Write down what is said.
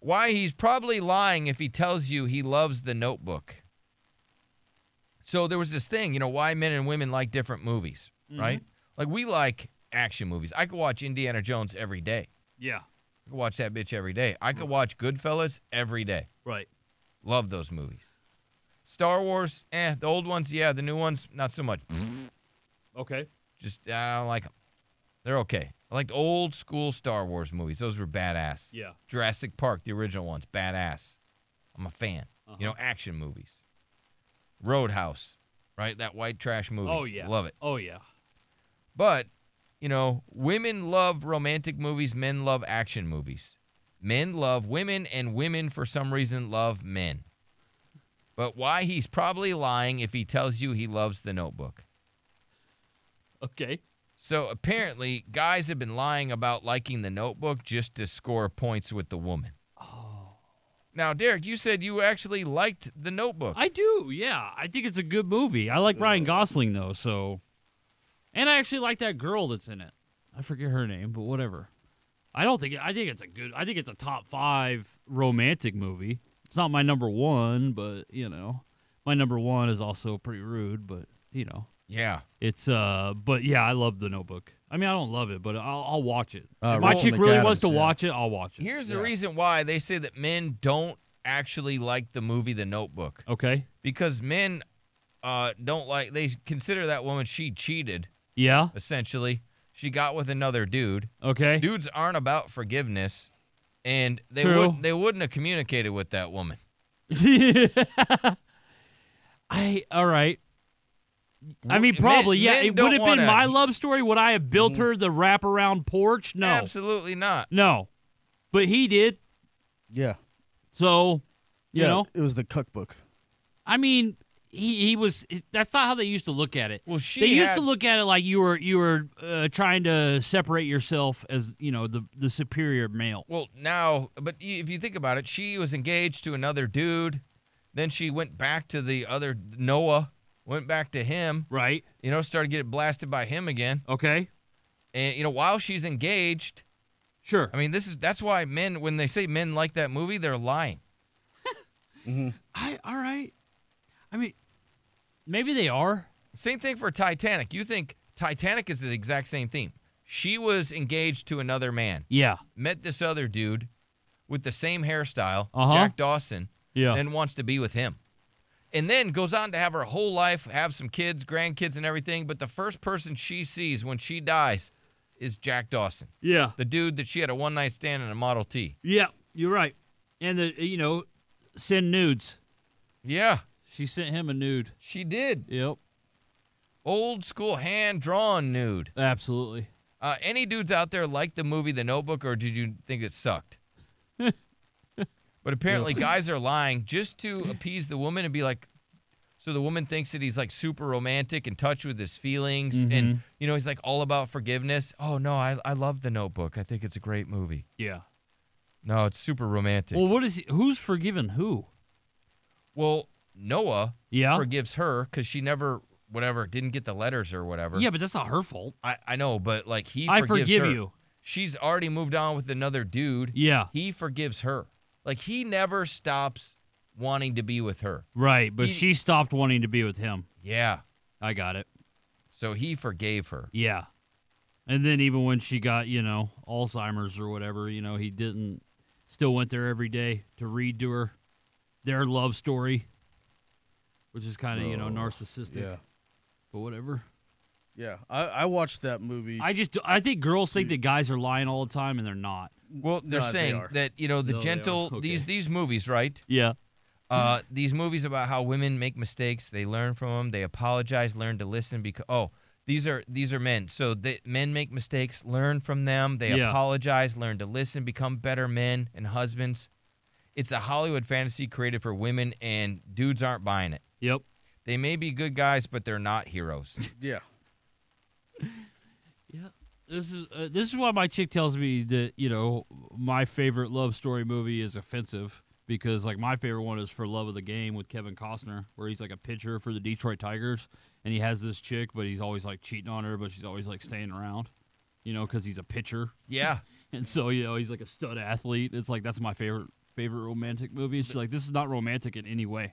why he's probably lying if he tells you he loves the notebook. So there was this thing, you know, why men and women like different movies, Mm-hmm. right? Like we like action movies. I could watch Indiana Jones every day. Yeah. I could watch that bitch every day. I could watch Goodfellas every day. Right. Love those movies. Star Wars, eh, the old ones, yeah, the new ones, not so much. Okay. Just I don't like them. They're okay. I like the old school Star Wars movies. Those were badass. Yeah. Jurassic Park, the original ones, badass. I'm a fan. You Uh-huh. know, action movies. Roadhouse, right? That white trash movie. Oh yeah. Love it. Oh yeah. But, you know, women love romantic movies, men love action movies. Men love women, and women, for some reason, love men. But why he's probably lying if he tells you he loves the notebook. Okay. So apparently, guys have been lying about liking the notebook just to score points with the woman. Oh. Now, Derek, you said you actually liked the notebook. I do. Yeah. I think it's a good movie. I like Ryan Gosling though. So, and I actually like that girl that's in it. I forget her name, but whatever. I don't think. I think it's a good. I think it's a top five romantic movie. It's not my number one, but you know, my number one is also pretty rude. But you know, yeah. It's uh, but yeah, I love the Notebook. I mean, I don't love it, but I'll, I'll watch it. Uh, if my Rachel chick really wants to McAdams, yeah. watch it, I'll watch it. Here's the Yeah. reason why they say that men don't actually like the movie The Notebook okay. because men uh, don't like, they consider that woman, she cheated, Yeah. essentially. She got with another dude. Okay. Dudes aren't about forgiveness, and they, True. would, they wouldn't have communicated with that woman. I all right. I mean, Men- probably yeah. men It don't would have been wanna- Mm-hmm. my love story. Would I have built her the wraparound porch? No, Absolutely not. no. But he did. Yeah. So, you yeah, know, it was the cookbook. I mean, he he was. That's not how they used to look at it. Well, she they used had- to look at it like you were you were uh, trying to separate yourself as you know the the superior male. Well, now, but y- if you think about it, she was engaged to another dude. Then she went back to the other Noah, went back to him, Right. you know, started getting blasted by him again. Okay. And, you know, while she's engaged, Sure. I mean, this is that's why men, when they say men like that movie, they're lying. I all right. I mean, maybe they are. Same thing for Titanic. You think Titanic is the exact same theme. She was engaged to another man, Yeah. met this other dude with the same hairstyle, Uh-huh. Jack Dawson. Yeah. then wants to be with him. And then goes on to have her whole life, have some kids, grandkids, and everything. But the first person she sees when she dies is Jack Dawson, yeah. the dude that she had a one night stand and a Model T. Yeah. You're right. And the you know, send nudes. Yeah, She sent him a nude. she did. Yep. Old school hand drawn nude. Absolutely. Uh, any dudes out there like the movie The Notebook, or did you think it sucked? but apparently, guys are lying just to appease the woman and be like, so the woman thinks that he's like super romantic, in touch with his feelings, Mm-hmm. and you know he's like all about forgiveness. Oh no, I I love The Notebook. I think it's a great movie. Yeah. No, it's super romantic. Well, Well, what is he, who's forgiven who? Noah Yeah. forgives her because she never whatever didn't get the letters or whatever. yeah, but that's not her fault. I, I know, but like he I forgives forgive her. you. She's already moved on with another dude. Yeah. He forgives her. Like he never stops wanting to be with her. Right, but He- she stopped wanting to be with him. Yeah. I got it. So he forgave her. Yeah. And then even when she got, you know, Alzheimer's or whatever, you know, he didn't still went there every day to read to her their love story, which is kind of, you know, Oh, narcissistic. Yeah. But whatever. Yeah. I, I watched that movie. I just I think girls think that guys are lying all the time and they're not. Well, they're No, they saying are. that you know the No, they gentle are. these Okay. these movies, right? Yeah. Uh, these movies about how women make mistakes, they learn from them, they apologize, learn to listen because oh, these are these are men. So the men make mistakes, learn from them, they Yeah. apologize, learn to listen, become better men and husbands. It's a Hollywood fantasy created for women and dudes aren't buying it. Yep. They may be good guys, but they're not heroes. yeah. This is uh, this is why my chick tells me that you know my favorite love story movie is offensive because like my favorite one is for Love of the Game with Kevin Costner where he's like a pitcher for the Detroit Tigers and he has this chick but he's always like cheating on her but she's always like staying around, you know, because he's a pitcher yeah. and so you know he's like a stud athlete. It's like that's my favorite favorite romantic movie. And she's like, this is not romantic in any way.